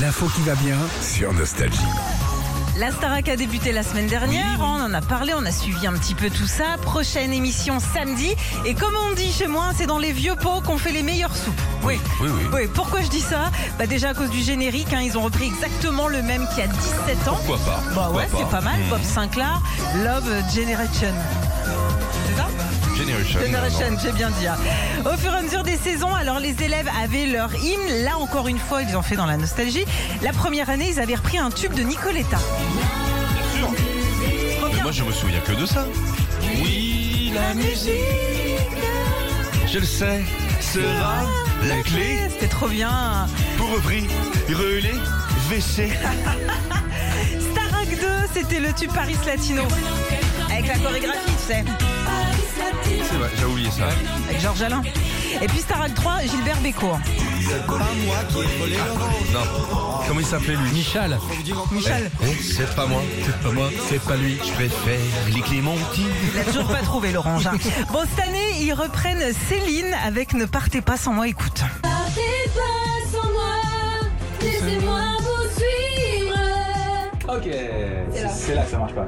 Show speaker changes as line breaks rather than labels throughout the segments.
L'info qui va bien sur Nostalgie.
La Starac a débuté la semaine dernière, on en a parlé, on a suivi un petit peu tout ça. Prochaine émission samedi. Et comme on dit chez moi, c'est dans les vieux pots qu'on fait les meilleures soupes. Oui.
Oui, oui.
Oui, pourquoi je dis ça Bah déjà à cause du générique, hein, ils ont repris exactement le même qu'il y a 17 ans.
Pourquoi pas
Bah
Hmm. Pourquoi
ouais, c'est pas mal, Bob Sinclair, Love Generation. C'est ça
Generation.
Generation, j'ai bien dit. hein. Au fur et à mesure des saisons, alors les élèves avaient leur hymne. Là, encore une fois, ils ont fait dans la nostalgie. La première année, ils avaient repris un tube de Nicoletta.
Sûr.
Trop
Mais
bien.
moi, je me souviens que de ça. Oui, la musique, je le sais, sera la clé
C'était trop bien.
pour repris, relais, WC.
Starac 2, c'était le tube Paris Latino. Avec la chorégraphie, tu sais.
C'est vrai, j'ai oublié ça.
Avec Georges Alain. Et puis Starac 3, Gilbert Bécaud.
Non. Comment il s'appelait lui
Michal,
Michel,
Eh, oh, C'est pas moi. C'est pas moi. C'est pas lui. Je préfère les Clémentines.
il l'a toujours pas trouvé, l'orange. hein. Bon, cette année, ils reprennent Céline avec Ne partez pas sans moi, écoute.
Partez pas sans moi, laissez-moi vous suivre.
Ok, c'est c'est là que ça marche pas.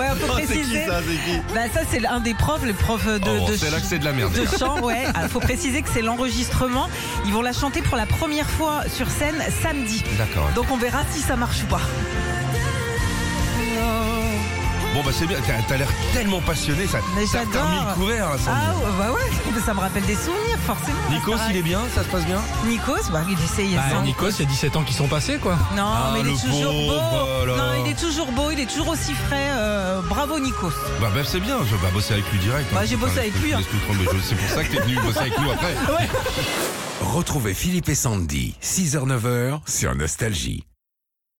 Ouais, on peut préciser. Bah, ça, c'est l'un des profs, le prof de,
Oh,
de
c'est là que c'est de la merde.
de chant, ouais. Ah, faut préciser que c'est l'enregistrement. Ils vont la chanter pour la première fois sur scène samedi.
D'accord.
Donc on verra si ça marche ou pas.
Bon bah c'est bien, t'as t'as l'air tellement passionné, ça,
Mais
ça t'a
j'adore.
remis le couvert. hein, ça.
Ah ouais, bah ouais, ça me rappelle des souvenirs forcément.
Nikos, il est bien, ça se passe bien
Nikos, bah il essaye. il
bah,
sent-
Nikos, il y a 17 ans qui sont passés quoi.
Non,
Ah,
mais il
le
est toujours
pauvre, oh
beau.
alors.
Non, il est toujours beau, il est toujours aussi frais. euh, bravo Nikos.
Bah, bah c'est bien, je vais bosser avec lui direct.
Bah, j'ai bossé
Enfin,
avec
je-
lui,
je
hein.
laisse tout le temps, mais je- C'est pour ça que t'es venu bosser avec nous après.
Retrouvez Philippe et Sandy, 6h-9h sur Nostalgie.